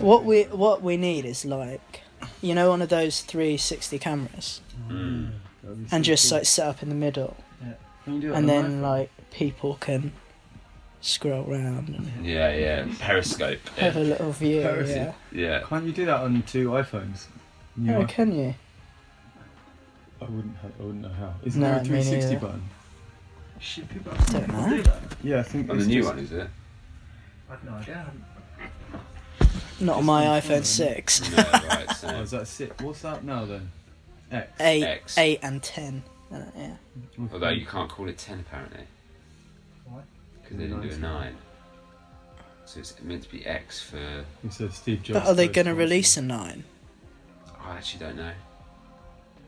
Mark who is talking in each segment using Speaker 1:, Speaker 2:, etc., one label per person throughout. Speaker 1: What we what we need is like, you know, one of those three sixty cameras,
Speaker 2: Hmm.
Speaker 1: and just like set up in the middle, and then like people can scroll round and
Speaker 2: Yeah, yeah. Periscope.
Speaker 1: have a
Speaker 2: Yeah.
Speaker 1: little view.
Speaker 3: Comparison.
Speaker 1: Yeah.
Speaker 2: yeah.
Speaker 3: Can't you do that on two iPhones? New
Speaker 1: Oh,
Speaker 3: iPhone-
Speaker 1: can you?
Speaker 3: I wouldn't. Have, I wouldn't know how. Isn't
Speaker 1: No,
Speaker 3: there a
Speaker 1: me
Speaker 3: 360
Speaker 1: neither.
Speaker 3: button?
Speaker 4: Shit, people
Speaker 1: Don't know.
Speaker 4: do that.
Speaker 3: Yeah, I think.
Speaker 2: On the
Speaker 3: it's
Speaker 2: new
Speaker 3: just-
Speaker 2: one, is it?
Speaker 4: I've no idea.
Speaker 1: Not on
Speaker 3: Just
Speaker 1: my
Speaker 3: on
Speaker 1: iPhone
Speaker 3: phone.
Speaker 1: six.
Speaker 2: Yeah, right. So.
Speaker 3: Oh, is that six? What's that now then? X.
Speaker 1: Eight,
Speaker 2: X.
Speaker 1: eight and ten. Uh, yeah.
Speaker 2: Although you can't call it 10 apparently.
Speaker 4: Why?
Speaker 2: Because they didn't do a 9. So it's meant to be X for.
Speaker 3: It says Steve Jobs.
Speaker 1: But are they
Speaker 3: first
Speaker 1: going to
Speaker 3: one.
Speaker 1: release a nine?
Speaker 2: I actually don't know.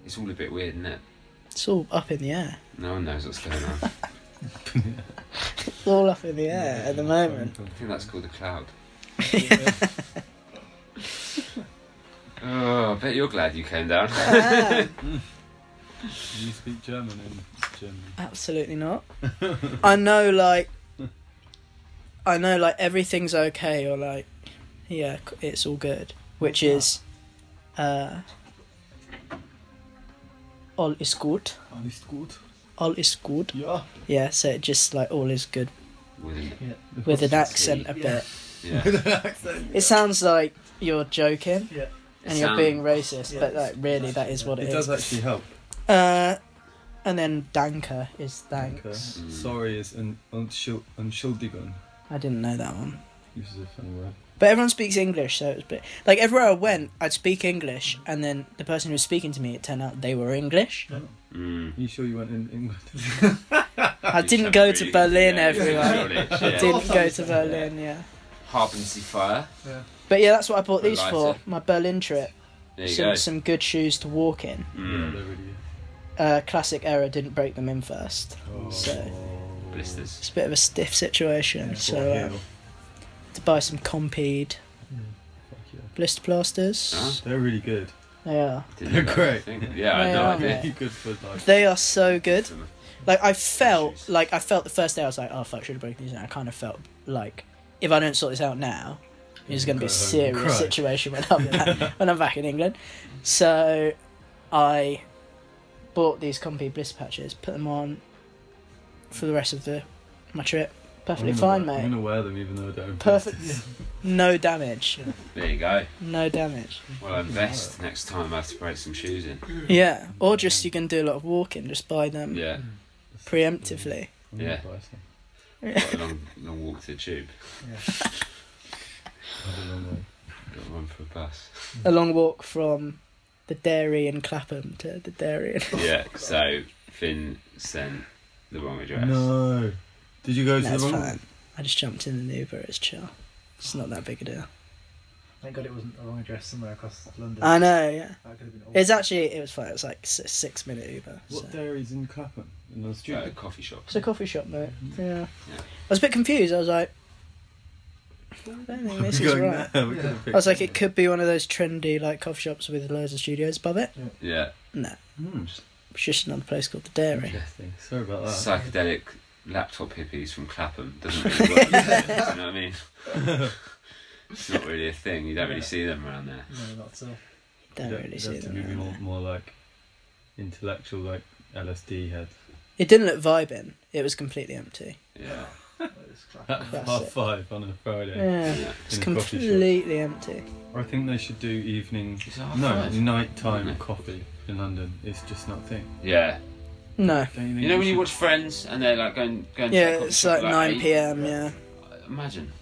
Speaker 2: It's all a bit weird, isn't it?
Speaker 1: It's all up in the air.
Speaker 2: No one knows what's going on. I
Speaker 1: It's all up in the air at the moment.
Speaker 2: think that's called the cloud. Oh, I bet you're glad you came down.
Speaker 1: Ah,
Speaker 3: You speak German in Germany.
Speaker 1: absolutely not. I know, like, I know, like everything's okay, or like, yeah, c- it's all good, which is, uh, all is good.
Speaker 3: Alles gut.
Speaker 1: All is good.
Speaker 3: Yeah.
Speaker 1: Yeah, so it just like all is good
Speaker 2: Wouldn't it?
Speaker 1: with an accent a
Speaker 4: Yeah.
Speaker 1: bit.
Speaker 2: Yeah.
Speaker 1: It sounds like you're joking
Speaker 4: Yeah.
Speaker 1: and
Speaker 2: It
Speaker 1: you're
Speaker 2: sound-
Speaker 1: being racist, but
Speaker 4: Yeah.
Speaker 1: like really, that is what
Speaker 3: It
Speaker 1: it is.
Speaker 3: does actually help.
Speaker 1: Uh, and then Danke is thanks.
Speaker 3: Okay.
Speaker 2: Mm.
Speaker 3: Sorry is an unschuld, unschuldigen.
Speaker 1: I didn't know that one.
Speaker 3: This is a funny word.
Speaker 1: But everyone speaks English, so it's bit like everywhere I went, I'd speak English, and then the person who was speaking to me, it turned out they were English.
Speaker 2: Mm.
Speaker 3: Are you sure you went in England?
Speaker 1: I
Speaker 2: Oh, You
Speaker 1: didn't
Speaker 2: should
Speaker 1: go
Speaker 2: have
Speaker 1: to
Speaker 2: really
Speaker 1: Berlin,
Speaker 2: been able to
Speaker 1: everyone.
Speaker 2: acknowledge,
Speaker 1: I
Speaker 2: yeah.
Speaker 1: didn't go to Berlin, yeah.
Speaker 2: Harpensee Fire.
Speaker 1: But yeah, that's what I bought these for
Speaker 2: Lighter.
Speaker 1: my Berlin trip.
Speaker 2: There you go.
Speaker 1: Some, some good shoes to walk in.
Speaker 3: Yeah,
Speaker 2: Mm.
Speaker 3: there really is.
Speaker 1: Uh, classic error, didn't break them in first.
Speaker 3: Oh.
Speaker 1: So
Speaker 2: Blisters.
Speaker 1: it's a bit of a stiff situation.
Speaker 3: Yeah,
Speaker 1: so
Speaker 3: fuck
Speaker 1: uh,
Speaker 3: yeah.
Speaker 1: to buy some Compede
Speaker 3: Fuck yeah.
Speaker 1: blister plasters.
Speaker 2: Huh?
Speaker 3: They're really good.
Speaker 1: They are.
Speaker 2: Didn't know that
Speaker 3: Great.
Speaker 2: thing. Yeah, I
Speaker 1: They
Speaker 2: know. I
Speaker 1: are,
Speaker 2: did.
Speaker 1: mate.
Speaker 3: Really good for like.
Speaker 1: They are um, so good.
Speaker 2: Some-
Speaker 1: Like I felt
Speaker 2: Issues.
Speaker 1: like I felt the first day I was like, oh fuck, should have broken these. And I kind of felt like if I don't sort this out now, it's going to be a
Speaker 3: Go home and
Speaker 1: serious
Speaker 3: cry.
Speaker 1: situation when I'm back, when I'm back in England. So I bought these comfy bliss patches, put them on for the rest of the my trip. Perfectly
Speaker 3: I'm gonna
Speaker 1: fine,
Speaker 3: wear- I'm
Speaker 1: mate.
Speaker 3: gonna wear them even though I don't.
Speaker 1: Perfect. No damage.
Speaker 2: There you go.
Speaker 1: No damage.
Speaker 2: Well, I invest next time I have to break some shoes in.
Speaker 1: Yeah. Or just you can do a lot of walking. Just buy them
Speaker 2: Yeah,
Speaker 1: preemptively.
Speaker 3: I'm gonna
Speaker 2: Yeah.
Speaker 3: buy some.
Speaker 2: quite a long, long walk to the tube.
Speaker 3: I don't know.
Speaker 2: Got to run for a bus.
Speaker 1: A long walk from the dairy in Clapham to the dairy in
Speaker 2: yeah, so Finn sent the wrong address.
Speaker 3: No. Did you go to
Speaker 1: That's
Speaker 3: the wrong?
Speaker 1: fine. I just jumped in an Uber. It's chill. It's not that big a deal.
Speaker 4: Thank God it wasn't the wrong address somewhere across London.
Speaker 1: I know. Yeah.
Speaker 4: That could have been awful.
Speaker 1: It's actually it was fine. It was like s- six minute Uber. So.
Speaker 3: What dairy's in Clapham? In the
Speaker 2: Uh,
Speaker 3: street?
Speaker 2: coffee shop.
Speaker 1: It's a coffee shop, mate. Yeah.
Speaker 2: Yeah.
Speaker 1: I was a bit confused. I was like, I don't think this is
Speaker 3: Going
Speaker 1: right.
Speaker 3: there, we
Speaker 4: Yeah.
Speaker 3: could've
Speaker 1: I
Speaker 3: picked
Speaker 1: was like,
Speaker 3: it.
Speaker 1: it could be one of those trendy like coffee shops with loads of studios above it.
Speaker 2: Yeah,
Speaker 1: No,
Speaker 3: Hmm,
Speaker 1: it's just another place called the Dairy.
Speaker 3: interesting. Sorry about that.
Speaker 2: psychedelic laptop hippies from Clapham doesn't really work. does it? Do you know what I mean? it's not really a thing. You don't really see them around there.
Speaker 4: No, not so.
Speaker 1: Don't
Speaker 3: Yeah,
Speaker 1: really
Speaker 3: it'd
Speaker 1: see
Speaker 3: have to
Speaker 1: them.
Speaker 3: be
Speaker 1: around
Speaker 3: more,
Speaker 1: there.
Speaker 3: more like intellectual, like LSD head.
Speaker 1: It didn't look vibing. It was completely empty.
Speaker 2: Yeah,
Speaker 4: It's
Speaker 3: At
Speaker 4: crap.
Speaker 1: That's
Speaker 3: half
Speaker 1: it.
Speaker 3: five on a Friday.
Speaker 1: Yeah.
Speaker 2: yeah.
Speaker 1: It's
Speaker 3: In a coffee shop.
Speaker 1: completely empty.
Speaker 3: I think they should do evening.
Speaker 2: Is it half
Speaker 3: No,
Speaker 2: five?
Speaker 3: nighttime
Speaker 2: Isn't it?
Speaker 3: coffee in London. It's just not a thing.
Speaker 2: Yeah.
Speaker 1: No.
Speaker 3: Don't you think?
Speaker 2: You know
Speaker 3: we
Speaker 2: when you
Speaker 3: should-
Speaker 2: watch Friends and they're like going, going to
Speaker 1: Yeah,
Speaker 2: that coffee
Speaker 1: it's
Speaker 2: shop
Speaker 1: like
Speaker 2: at,
Speaker 1: 9
Speaker 2: eight?
Speaker 1: p.m. Yeah.
Speaker 2: Imagine.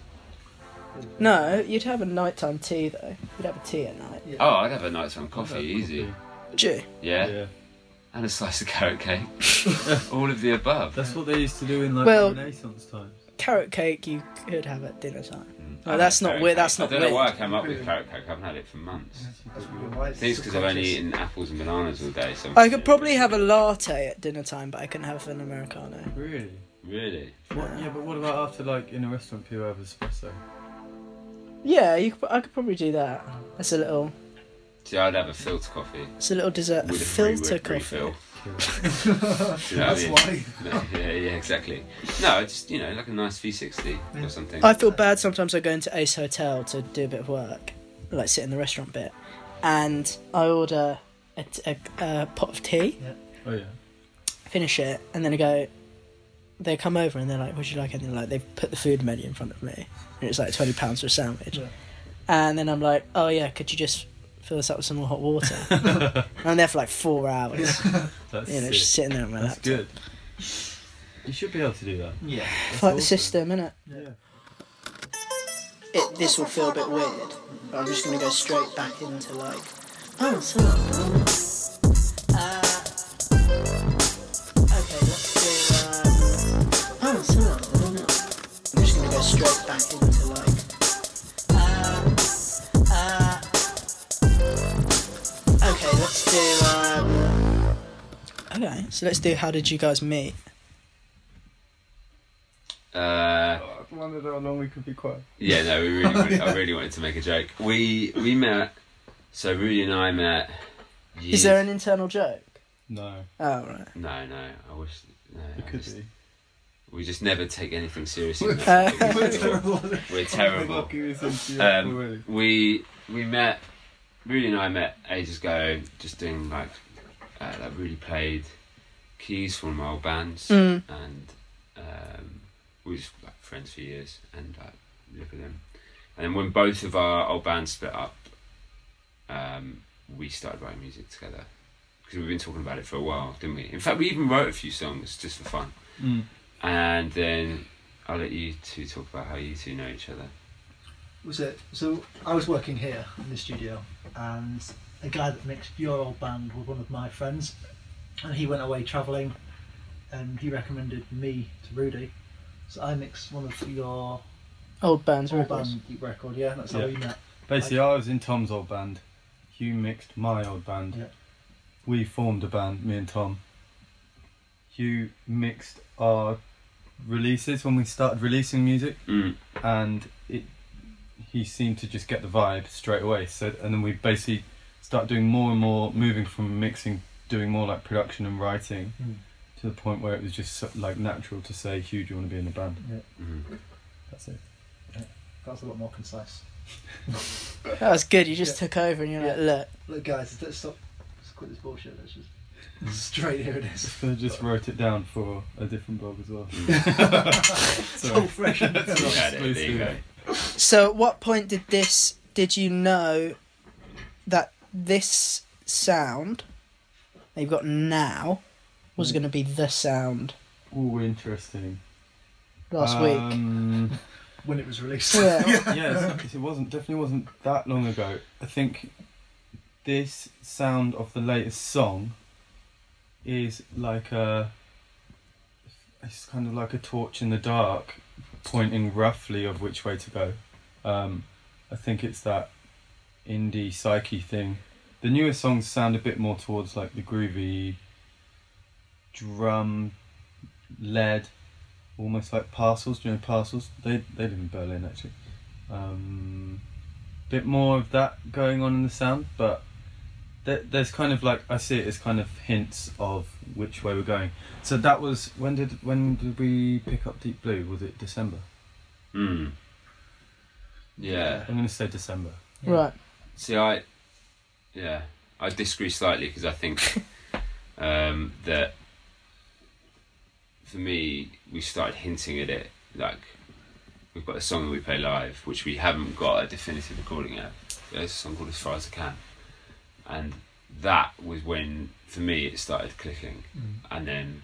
Speaker 1: No, you'd have a nighttime tea though. You'd have a tea at night.
Speaker 2: Oh, I'd have a nighttime coffee, easy.
Speaker 1: Would you?
Speaker 2: Yeah. and a slice of carrot cake. All of the above.
Speaker 3: That's what they used to do in like
Speaker 1: Well-
Speaker 3: Renaissance times.
Speaker 1: Carrot cake you could have at dinner time.
Speaker 2: Mm.
Speaker 1: Oh, that's not
Speaker 2: Carrot
Speaker 1: weird,
Speaker 2: cake.
Speaker 1: that's not
Speaker 2: I don't know why I
Speaker 1: weird.
Speaker 2: came up with carrot cake. I haven't had it for months.
Speaker 4: That's probably why
Speaker 2: I
Speaker 4: it's
Speaker 2: think it's because I've only
Speaker 4: subconscious.
Speaker 2: eaten apples and bananas all day. So I'm
Speaker 1: I could
Speaker 2: feeling
Speaker 1: probably
Speaker 2: really-
Speaker 1: have a latte at dinner time, but I couldn't have an americano.
Speaker 3: Really?
Speaker 2: Really?
Speaker 3: What, yeah, but what about after like in a restaurant people have espresso?
Speaker 1: Yeah, you could, I could probably do that. That's a little,
Speaker 2: See, I'd have a filter coffee.
Speaker 1: it's a little dessert, a
Speaker 2: With a
Speaker 1: filter
Speaker 2: re-
Speaker 1: coffee.
Speaker 2: refill.
Speaker 3: Oh,
Speaker 2: Do you know what I
Speaker 4: That's
Speaker 2: mean?
Speaker 4: why.
Speaker 2: yeah, yeah, exactly. No, just, you know, like a nice V60 or something.
Speaker 1: I feel bad sometimes I go into Ace Hotel to do a bit of work, like sit in the restaurant bit, and I order a, t- a- a pot of tea,
Speaker 3: Oh yeah.
Speaker 1: finish it, and then I go. They come over and they're like, "Would you like anything?" Like they put the food menu in front of me, and it's like twenty pounds for a sandwich,
Speaker 4: Yeah.
Speaker 1: and then I'm like, "Oh yeah, could you just fill this up with some more hot water?" and I'm there for like four hours,
Speaker 3: That's
Speaker 1: you know,
Speaker 3: sick.
Speaker 1: just sitting there on my
Speaker 3: That's
Speaker 1: laptop.
Speaker 3: good. You should be able to do that.
Speaker 4: Yeah.
Speaker 3: That's
Speaker 1: It's like the
Speaker 3: awesome.
Speaker 1: system, innit?
Speaker 3: Yeah.
Speaker 1: it, this will feel a bit weird, but I'm just gonna go straight back into like, oh, what's up, bro? Uh, okay, let's do, um, oh, what's up, bro? I'm just gonna go straight back into like, uh, uh, okay, let's do, um, okay, so let's do how did you guys meet?
Speaker 2: Uh,
Speaker 5: I wondered how long we could be quiet.
Speaker 2: yeah, no, we really, really, I really wanted to make a joke. We we met. So Rudy and I met.
Speaker 1: Is
Speaker 2: years-
Speaker 1: there an internal joke?
Speaker 3: No,
Speaker 1: Oh, right.
Speaker 2: No, no. I wish. No,
Speaker 3: it
Speaker 2: I
Speaker 3: could
Speaker 2: just-
Speaker 3: be.
Speaker 2: We just never take anything seriously.
Speaker 1: Uh,
Speaker 2: We're terrible. Oh We're terrible. Um, we we met. Rudy and I met ages ago, just doing like uh, like Rudy played keys for one of my old bands,
Speaker 1: Mm.
Speaker 2: and um, we were just like friends for years, and like lived with him. And then when both of our old bands split up, um, we started writing music together because we've been talking about it for a while, didn't we? In fact, we even wrote a few songs just for fun.
Speaker 3: Mm.
Speaker 2: And then I'll let you two talk about how you two know each other.
Speaker 4: was it? So I was working here in the studio, and a guy that mixed your old band was one of my friends, and he went away travelling, and he recommended me to Rudy. So I mixed one of your
Speaker 1: Old bands,
Speaker 4: old
Speaker 1: records.
Speaker 4: band record, yeah, that's how
Speaker 3: Yeah.
Speaker 4: we met.
Speaker 3: Basically, I was in Tom's old band. Hugh mixed my old band.
Speaker 4: Yeah.
Speaker 3: We formed a band, me and Tom. Hugh mixed our releases when we started releasing music,
Speaker 2: Mm.
Speaker 3: and it he seemed to just get the vibe straight away. So, and then we basically start doing more and more, moving from mixing, doing more like production and writing,
Speaker 4: Mm.
Speaker 3: to the point where it was just so, like natural to say, "Hugh, do you want to be in the band?"
Speaker 2: Mm.
Speaker 3: That's it.
Speaker 4: That was a lot more concise.
Speaker 1: That was good. You just took over and you're like, look,
Speaker 4: Look, guys, let's stop. Let's quit this bullshit. Let's just straight here it is.
Speaker 3: So I just wrote it down for a different blog as well.
Speaker 4: It's all fresh. and
Speaker 2: You had Mm. it, there you
Speaker 3: Exclusive.
Speaker 2: go.
Speaker 1: So, at what point did this? Did you know that this sound that you've got now was going to be the sound
Speaker 3: Oh, interesting.
Speaker 1: last week?
Speaker 3: um, week.
Speaker 4: when it was released.
Speaker 1: Yeah.
Speaker 3: yeah, it's- it wasn't definitely wasn't that long ago. I think this sound of the latest song is like a it's kind of like a torch in the dark, pointing roughly of which way to go. Um, I think it's that indie psyche thing. The newer songs sound a bit more towards like the groovy drum led almost like parcels. Do you know parcels? They they live in Berlin actually. Um, bit more of that going on in the sound, but there, there's kind of like I see it as kind of hints of which way we're going. So that was when did when did we pick up Deep Blue? Was it December?
Speaker 2: Mm. Yeah.
Speaker 3: I'm gonna say December.
Speaker 4: Yeah.
Speaker 1: Right.
Speaker 2: See, I, yeah, I disagree slightly because I think um, that for me, we started hinting at it. Like, we've got a song that we play live, which we haven't got a definitive recording of. There's a song called As Far as I Can, and that was when, for me, it started clicking,
Speaker 4: Mm.
Speaker 2: and then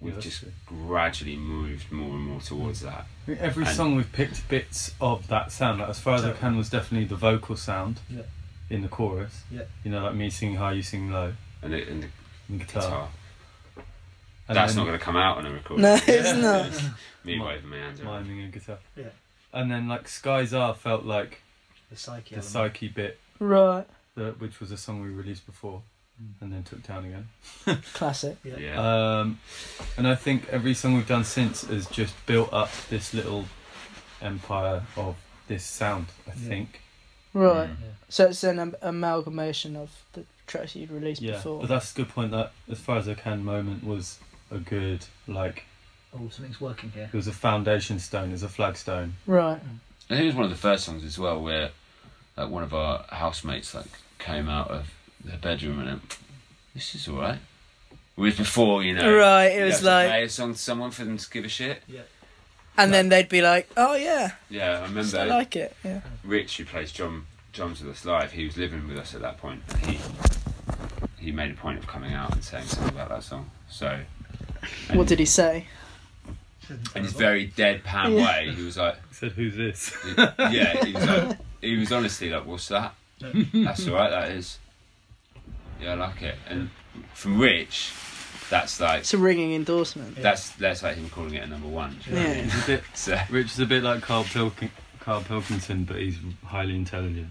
Speaker 2: we've
Speaker 3: that's
Speaker 2: just
Speaker 3: true.
Speaker 2: gradually moved more and more towards that.
Speaker 3: I mean, Every
Speaker 2: And-
Speaker 3: song we've picked bits of that sound. Like, as far as I can was definitely the vocal sound
Speaker 4: Yeah.
Speaker 3: in the chorus.
Speaker 4: Yeah.
Speaker 3: You know, like me singing high, you sing low,
Speaker 2: And the, and the
Speaker 3: and guitar.
Speaker 2: guitar.
Speaker 3: And
Speaker 2: That's
Speaker 3: then-
Speaker 2: not going to come out on a recording.
Speaker 1: No, it's not.
Speaker 2: Me
Speaker 3: Mi-
Speaker 2: waving my hands around.
Speaker 3: miming a guitar.
Speaker 4: Yeah.
Speaker 3: And then like Skies Are felt like
Speaker 4: The
Speaker 3: the
Speaker 4: psyche. element.
Speaker 3: psyche bit,
Speaker 1: Right.
Speaker 3: the, which was a song we released before,
Speaker 4: Mm.
Speaker 3: and then took down again.
Speaker 1: Classic.
Speaker 4: Yeah.
Speaker 2: Yeah.
Speaker 3: Um, and I think every song we've done since has just built up this little empire of this sound. I
Speaker 4: Yeah.
Speaker 3: think.
Speaker 1: Right.
Speaker 2: Mm.
Speaker 1: So it's an am- amalgamation of the tracks you'd released
Speaker 3: Yeah.
Speaker 1: before.
Speaker 3: But that's a good point. That as far as I can, moment was a good like
Speaker 4: Oh, something's working here.
Speaker 3: it was a foundation stone, it was a flagstone.
Speaker 1: Right.
Speaker 2: I think it was one of the first songs as well where like one of our housemates like came out of her bedroom and went, this is all right. Whereas before, you know,
Speaker 1: Right, it
Speaker 2: you'd
Speaker 1: was
Speaker 2: have to
Speaker 1: like-
Speaker 2: play a song to someone for them to give a shit.
Speaker 1: And then they'd be like, "Oh yeah,
Speaker 2: Yeah, I remember.
Speaker 1: I like it." Yeah.
Speaker 2: Rich, who plays John drums with us live, he was living with us at that point, and he he made a point of coming out and saying something about that song. So, and,
Speaker 1: What did he say?
Speaker 2: in his very deadpan
Speaker 1: Yeah.
Speaker 2: way, he was like,
Speaker 3: said, "Who's this?"
Speaker 2: "Yeah," he was like, he was honestly like, "What's that? That's all right. That is." Yeah, I like it. And from Rich, that's like
Speaker 1: It's a ringing endorsement.
Speaker 2: that's that's like him calling it a number one. do you know what I
Speaker 1: Yeah.
Speaker 2: mean?
Speaker 3: He's a bit,
Speaker 2: So,
Speaker 3: Rich is a bit like Carl, Pilkin, Carl Pilkington, but he's highly intelligent.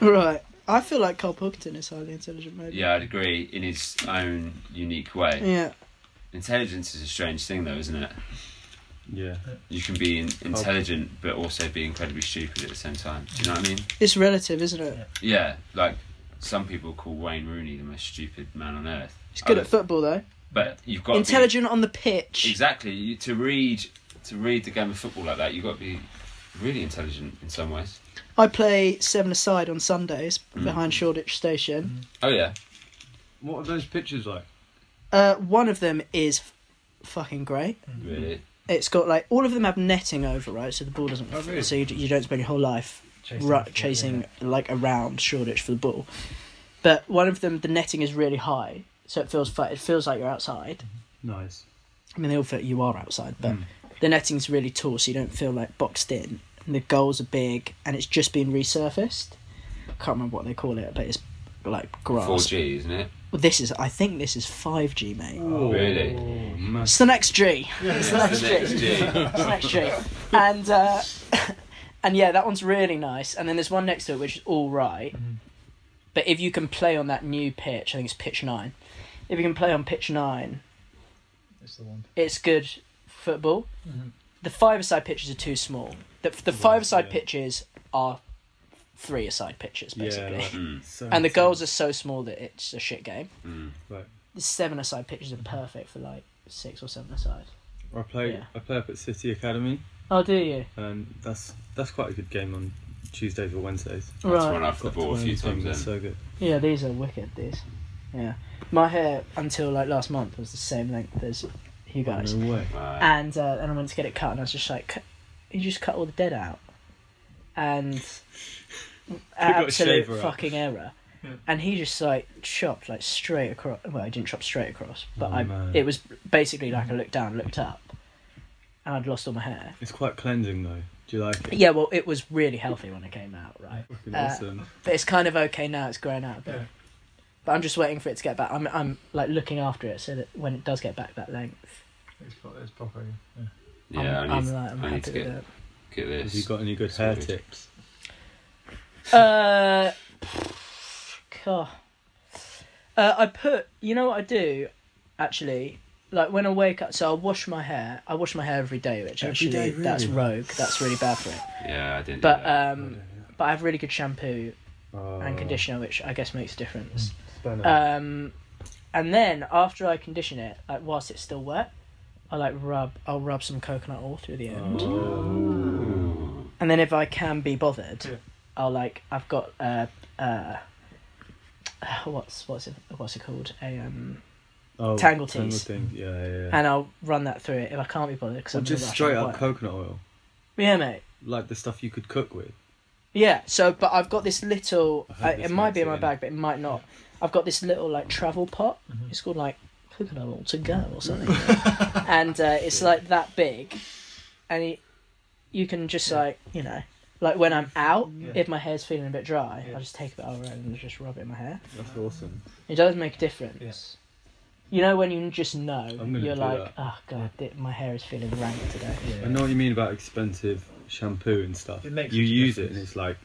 Speaker 1: Right. I feel like Carl Pilkington is highly intelligent. Maybe.
Speaker 2: yeah, I'd agree in his own unique way.
Speaker 1: Yeah.
Speaker 2: Intelligence is a strange thing, though, isn't it?
Speaker 3: Yeah,
Speaker 2: You can be in- intelligent but also be incredibly stupid at the same time. Do you know what I mean?
Speaker 1: It's relative, isn't it?
Speaker 2: Yeah, like some people call Wayne Rooney the most stupid man on earth.
Speaker 1: He's good at
Speaker 2: Other-
Speaker 1: football though.
Speaker 2: but you've got to be-
Speaker 1: Intelligent on the pitch.
Speaker 2: exactly you, to read to read the game of football like that. You've got to be really intelligent in some ways.
Speaker 1: I play seven aside on Sundays
Speaker 2: Mm.
Speaker 1: behind Shoreditch Station.
Speaker 2: Oh yeah,
Speaker 3: what are those pictures like?
Speaker 2: Mm.
Speaker 1: Uh, one of them is f- fucking great.
Speaker 3: Mm-hmm.
Speaker 2: really.
Speaker 1: It's got like all of them have netting over, right? So the ball doesn't.
Speaker 2: Oh, really?
Speaker 1: So you, you don't spend your whole life
Speaker 4: Chasing
Speaker 1: ru-
Speaker 4: the foot,
Speaker 1: chasing like around Shoreditch for the ball. But one of them, the netting is really high, so it feels fu- it feels like you're outside.
Speaker 3: Nice.
Speaker 1: I mean, they all feel you are outside, but
Speaker 2: Hmm.
Speaker 1: the netting's really tall, so you don't feel like boxed in. And the goals are big, and it's just been resurfaced. Can't remember what they call it, but it's like grass.
Speaker 2: Four G, isn't it?
Speaker 1: Well, this is, I think, this is five G, mate.
Speaker 3: Oh,
Speaker 2: Really?
Speaker 1: It's the next G.
Speaker 4: Yeah,
Speaker 2: Oh. It's
Speaker 4: it's
Speaker 2: the
Speaker 4: like-
Speaker 2: next G.
Speaker 1: It's the next G. And uh, and yeah, that one's really nice. And then there's one next to it which is all right.
Speaker 2: Mm-hmm.
Speaker 1: But if you can play on that new pitch, I think it's pitch nine. If you can play on pitch nine,
Speaker 4: It's the one.
Speaker 1: it's good football.
Speaker 4: Mhm.
Speaker 1: The five-a-side pitches are too small. The, the five-a-side
Speaker 3: yeah.
Speaker 1: pitches are three-a-side pitches basically,
Speaker 3: Yeah.
Speaker 2: Mm.
Speaker 1: and the goals are so small that it's a shit game.
Speaker 3: Right.
Speaker 1: The seven-a-side pitches are perfect for like six or seven-a-side.
Speaker 3: I play.
Speaker 1: Yeah.
Speaker 3: I play up at City Academy,
Speaker 1: Oh, do you?
Speaker 3: and that's that's quite a good game on Tuesdays or Wednesdays.
Speaker 2: That's run after the
Speaker 3: Got to
Speaker 2: ball a
Speaker 3: one of
Speaker 2: few
Speaker 3: the teams
Speaker 2: times. Then
Speaker 3: that's so good.
Speaker 1: Yeah, these are wicked. These. Yeah, my hair until like last month was the same length as you guys,
Speaker 3: No way.
Speaker 2: Right.
Speaker 1: and uh, and I went to get it cut, and I was just like, "Cut- "You just cut all the dead out," and
Speaker 3: got a
Speaker 1: absolute
Speaker 3: shaver up.
Speaker 1: fucking error.
Speaker 4: Yeah.
Speaker 1: And he just like chopped like straight across. Well, he didn't chop straight across, but
Speaker 3: Oh,
Speaker 1: I
Speaker 3: man.
Speaker 1: it was basically like I looked down, looked up, and I'd lost all my hair.
Speaker 3: It's quite cleansing though. Do you like it?
Speaker 1: Yeah, well, it was really healthy when it came out, right?
Speaker 3: Fucking
Speaker 1: Uh,
Speaker 3: awesome.
Speaker 1: But it's kind of okay now. It's grown out a bit.
Speaker 4: Yeah.
Speaker 1: But I'm just waiting for it to get back. I'm I'm like looking after it so that when it does get back that length,
Speaker 4: It's, pro- it's proper.
Speaker 2: yeah,
Speaker 1: I'm,
Speaker 2: I
Speaker 1: I'm
Speaker 2: need,
Speaker 1: like I'm
Speaker 2: I need
Speaker 1: happy
Speaker 2: to
Speaker 1: with
Speaker 2: get,
Speaker 1: it.
Speaker 2: get
Speaker 3: um, Have you
Speaker 2: this.
Speaker 3: got any good
Speaker 2: so
Speaker 3: hair
Speaker 2: good.
Speaker 3: tips?
Speaker 1: Uh, God. Uh, I put. You know what I do, actually. Like when I wake up, so I wash my hair. I wash my hair every day, which
Speaker 3: Every
Speaker 1: actually
Speaker 3: day,
Speaker 1: that's
Speaker 3: really?
Speaker 1: rogue. That's really bad for it.
Speaker 2: Yeah, I didn't. do
Speaker 1: But
Speaker 2: that.
Speaker 1: um, but I have really good shampoo
Speaker 3: Oh,
Speaker 1: and conditioner, which I guess makes a difference.
Speaker 3: spanner.
Speaker 1: Um, and then after I condition it, like whilst it's still wet, I like rub. I'll rub some coconut oil through the end,
Speaker 3: Oh.
Speaker 2: Ooh.
Speaker 1: and then if I can be bothered,
Speaker 4: Yeah.
Speaker 1: I'll like I've got uh uh what's what's it what's it called a um
Speaker 3: oh,
Speaker 1: tangle teas.
Speaker 3: thing. Yeah, yeah. yeah.
Speaker 1: and I'll run that through it if I can't be bothered because
Speaker 3: Or
Speaker 1: I'm
Speaker 3: just
Speaker 1: rush
Speaker 3: straight
Speaker 1: out of
Speaker 3: up
Speaker 1: work.
Speaker 3: coconut oil,
Speaker 1: yeah mate
Speaker 3: like the stuff you could cook with.
Speaker 1: yeah so but I've got this little
Speaker 3: I hope
Speaker 1: I,
Speaker 3: this
Speaker 1: it might
Speaker 3: makes
Speaker 1: be in
Speaker 3: it
Speaker 1: my
Speaker 3: in.
Speaker 1: bag but it might not I've got this little like travel pot
Speaker 3: Mm-hmm.
Speaker 1: it's called like coconut oil to go or something and uh, it's like that big, and it, you can just like you know, like when I'm out,
Speaker 4: Yeah.
Speaker 1: if my hair's feeling a bit dry,
Speaker 4: Yeah.
Speaker 1: I just take a bit of it and just rub it in my hair.
Speaker 3: That's awesome.
Speaker 1: It does make a difference. You know when you just know
Speaker 3: gonna
Speaker 1: you're
Speaker 3: do
Speaker 1: like, oh god, th- my hair is feeling rank today.
Speaker 4: Yeah.
Speaker 3: I know what you mean about expensive shampoo and stuff.
Speaker 4: It makes
Speaker 3: you
Speaker 4: such a
Speaker 3: use it
Speaker 4: difference.
Speaker 3: and it's like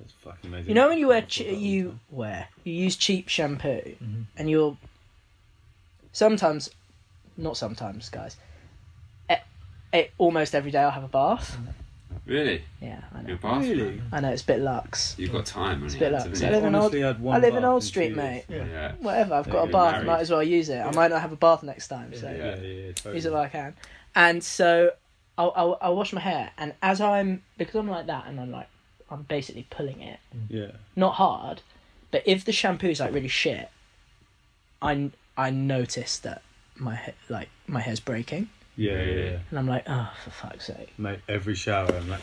Speaker 3: that's fucking amazing.
Speaker 1: You know when you wear
Speaker 3: I've
Speaker 1: che-
Speaker 3: forgotten
Speaker 1: you wear you use cheap shampoo,
Speaker 3: Mm-hmm.
Speaker 1: and you're sometimes, not sometimes, guys. It, it, almost every day I'll have a bath.
Speaker 3: Mm-hmm.
Speaker 2: Really?
Speaker 1: Yeah, I
Speaker 2: You're
Speaker 1: know.
Speaker 2: a bathroom?
Speaker 3: Really?
Speaker 1: I know it's a bit luxe.
Speaker 2: You've got time,
Speaker 1: It's a
Speaker 2: haven't you?
Speaker 1: bit like-
Speaker 2: Haven't
Speaker 1: so I
Speaker 2: you?
Speaker 1: live in old,
Speaker 3: Honestly, I'd one
Speaker 1: I live in
Speaker 3: bath in
Speaker 1: old
Speaker 3: two
Speaker 1: street,
Speaker 3: years.
Speaker 1: mate.
Speaker 4: Yeah.
Speaker 2: Yeah.
Speaker 1: Whatever, I've
Speaker 2: Yeah,
Speaker 1: got a
Speaker 2: you're
Speaker 1: bath,
Speaker 2: married.
Speaker 1: might as well use it. I might not have a bath next time, so
Speaker 4: Yeah.
Speaker 3: Yeah, yeah, yeah totally.
Speaker 1: use it like I can. And so I'll, I'll, I'll wash my hair, and as I'm, because I'm like that, and I'm like, I'm basically pulling it.
Speaker 3: Yeah.
Speaker 1: Not hard, but if the shampoo's like really shit, I I noticed that my ha- like my hair's breaking,
Speaker 3: Yeah, yeah, yeah.
Speaker 1: and I'm like, oh for fuck's sake.
Speaker 3: Mate, every shower I'm like,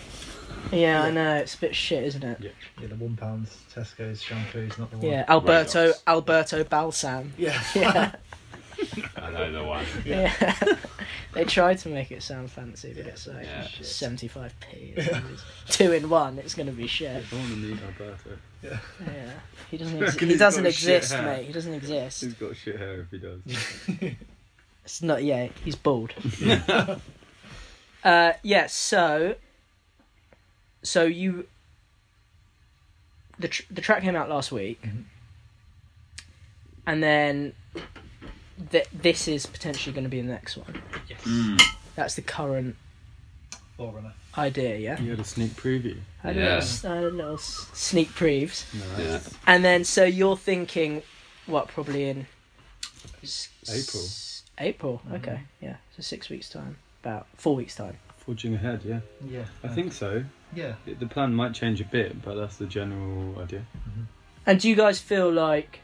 Speaker 1: Yeah, I know it's a bit shit, isn't it?
Speaker 4: Yeah, the one pound Tesco's shampoo is not the one.
Speaker 1: Yeah, Alberto
Speaker 2: Radox.
Speaker 1: Alberto Balsam.
Speaker 4: Yeah.
Speaker 1: Yeah,
Speaker 2: I know the one.
Speaker 1: yeah. they tried to make it sound fancy, but it's like
Speaker 2: Yeah.
Speaker 1: seventy five p. Two in one, it's gonna be shit.
Speaker 3: I want to meet Alberto.
Speaker 1: Yeah, he doesn't. Ex-
Speaker 3: Reckon
Speaker 1: he
Speaker 3: he's
Speaker 1: doesn't
Speaker 3: got shit
Speaker 1: exist,
Speaker 3: hair.
Speaker 1: mate. He doesn't exist.
Speaker 3: He's got shit hair if he does.
Speaker 1: It's not. Yeah, he's bald. uh, yeah. So, so you. The tr- the track came out last week, and then. Th- this is potentially going to be the next one.
Speaker 4: Yes.
Speaker 2: Mm.
Speaker 1: That's the current
Speaker 4: Forerunner.
Speaker 1: idea, yeah.
Speaker 3: You had a sneak preview.
Speaker 1: I don't
Speaker 2: Yeah.
Speaker 1: know. s- I don't know. s- Sneak previews,
Speaker 3: Nice.
Speaker 2: Yeah.
Speaker 1: and then so you're thinking, what? Probably in s-
Speaker 3: April.
Speaker 1: s- April. Okay. Yeah. So six weeks time. About four weeks time.
Speaker 3: Forging ahead, yeah.
Speaker 4: Yeah.
Speaker 3: I think so.
Speaker 4: Yeah.
Speaker 3: The plan might change a bit, but that's the general idea.
Speaker 1: And do you guys feel like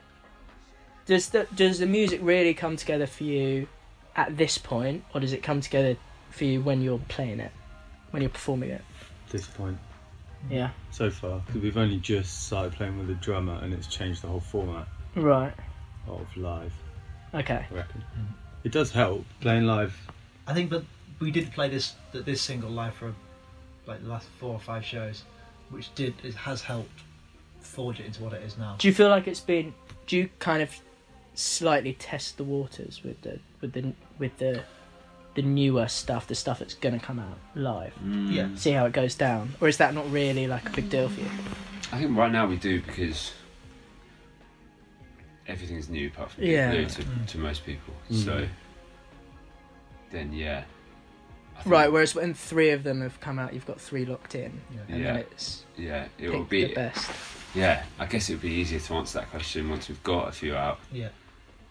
Speaker 1: does the does the music really come together for you at this point, or does it come together for you when you're playing it, when you're performing it?
Speaker 3: At this point,
Speaker 1: Yeah.
Speaker 3: so far, 'cause we've only just started playing with a drummer, and it's changed the whole format
Speaker 1: Right.
Speaker 3: of live.
Speaker 1: Okay.
Speaker 3: I reckon it does help playing live.
Speaker 4: I think, but we did play this th- this single live for like the last four or five shows, which did it has helped forge it into what it is now.
Speaker 1: Do you feel like it's been? Do you kind of slightly test the waters with the with the with the the newer stuff, the stuff that's gonna come out live?
Speaker 2: Mm.
Speaker 4: Yeah.
Speaker 1: See how it goes down, or is that not really like a big deal for you?
Speaker 2: I think right now we do because everything's new apart from
Speaker 1: Yeah.
Speaker 2: new to,
Speaker 4: Mm.
Speaker 2: to most people.
Speaker 3: Mm.
Speaker 2: So then, yeah. I think-
Speaker 1: Right. Whereas when three of them have come out, you've got three locked in, and then
Speaker 2: Yeah.
Speaker 1: it's
Speaker 2: Yeah, it will
Speaker 1: pick
Speaker 2: be.
Speaker 1: the best.
Speaker 2: Yeah, I guess it would be easier to answer that question once we've got a few out.
Speaker 4: Yeah.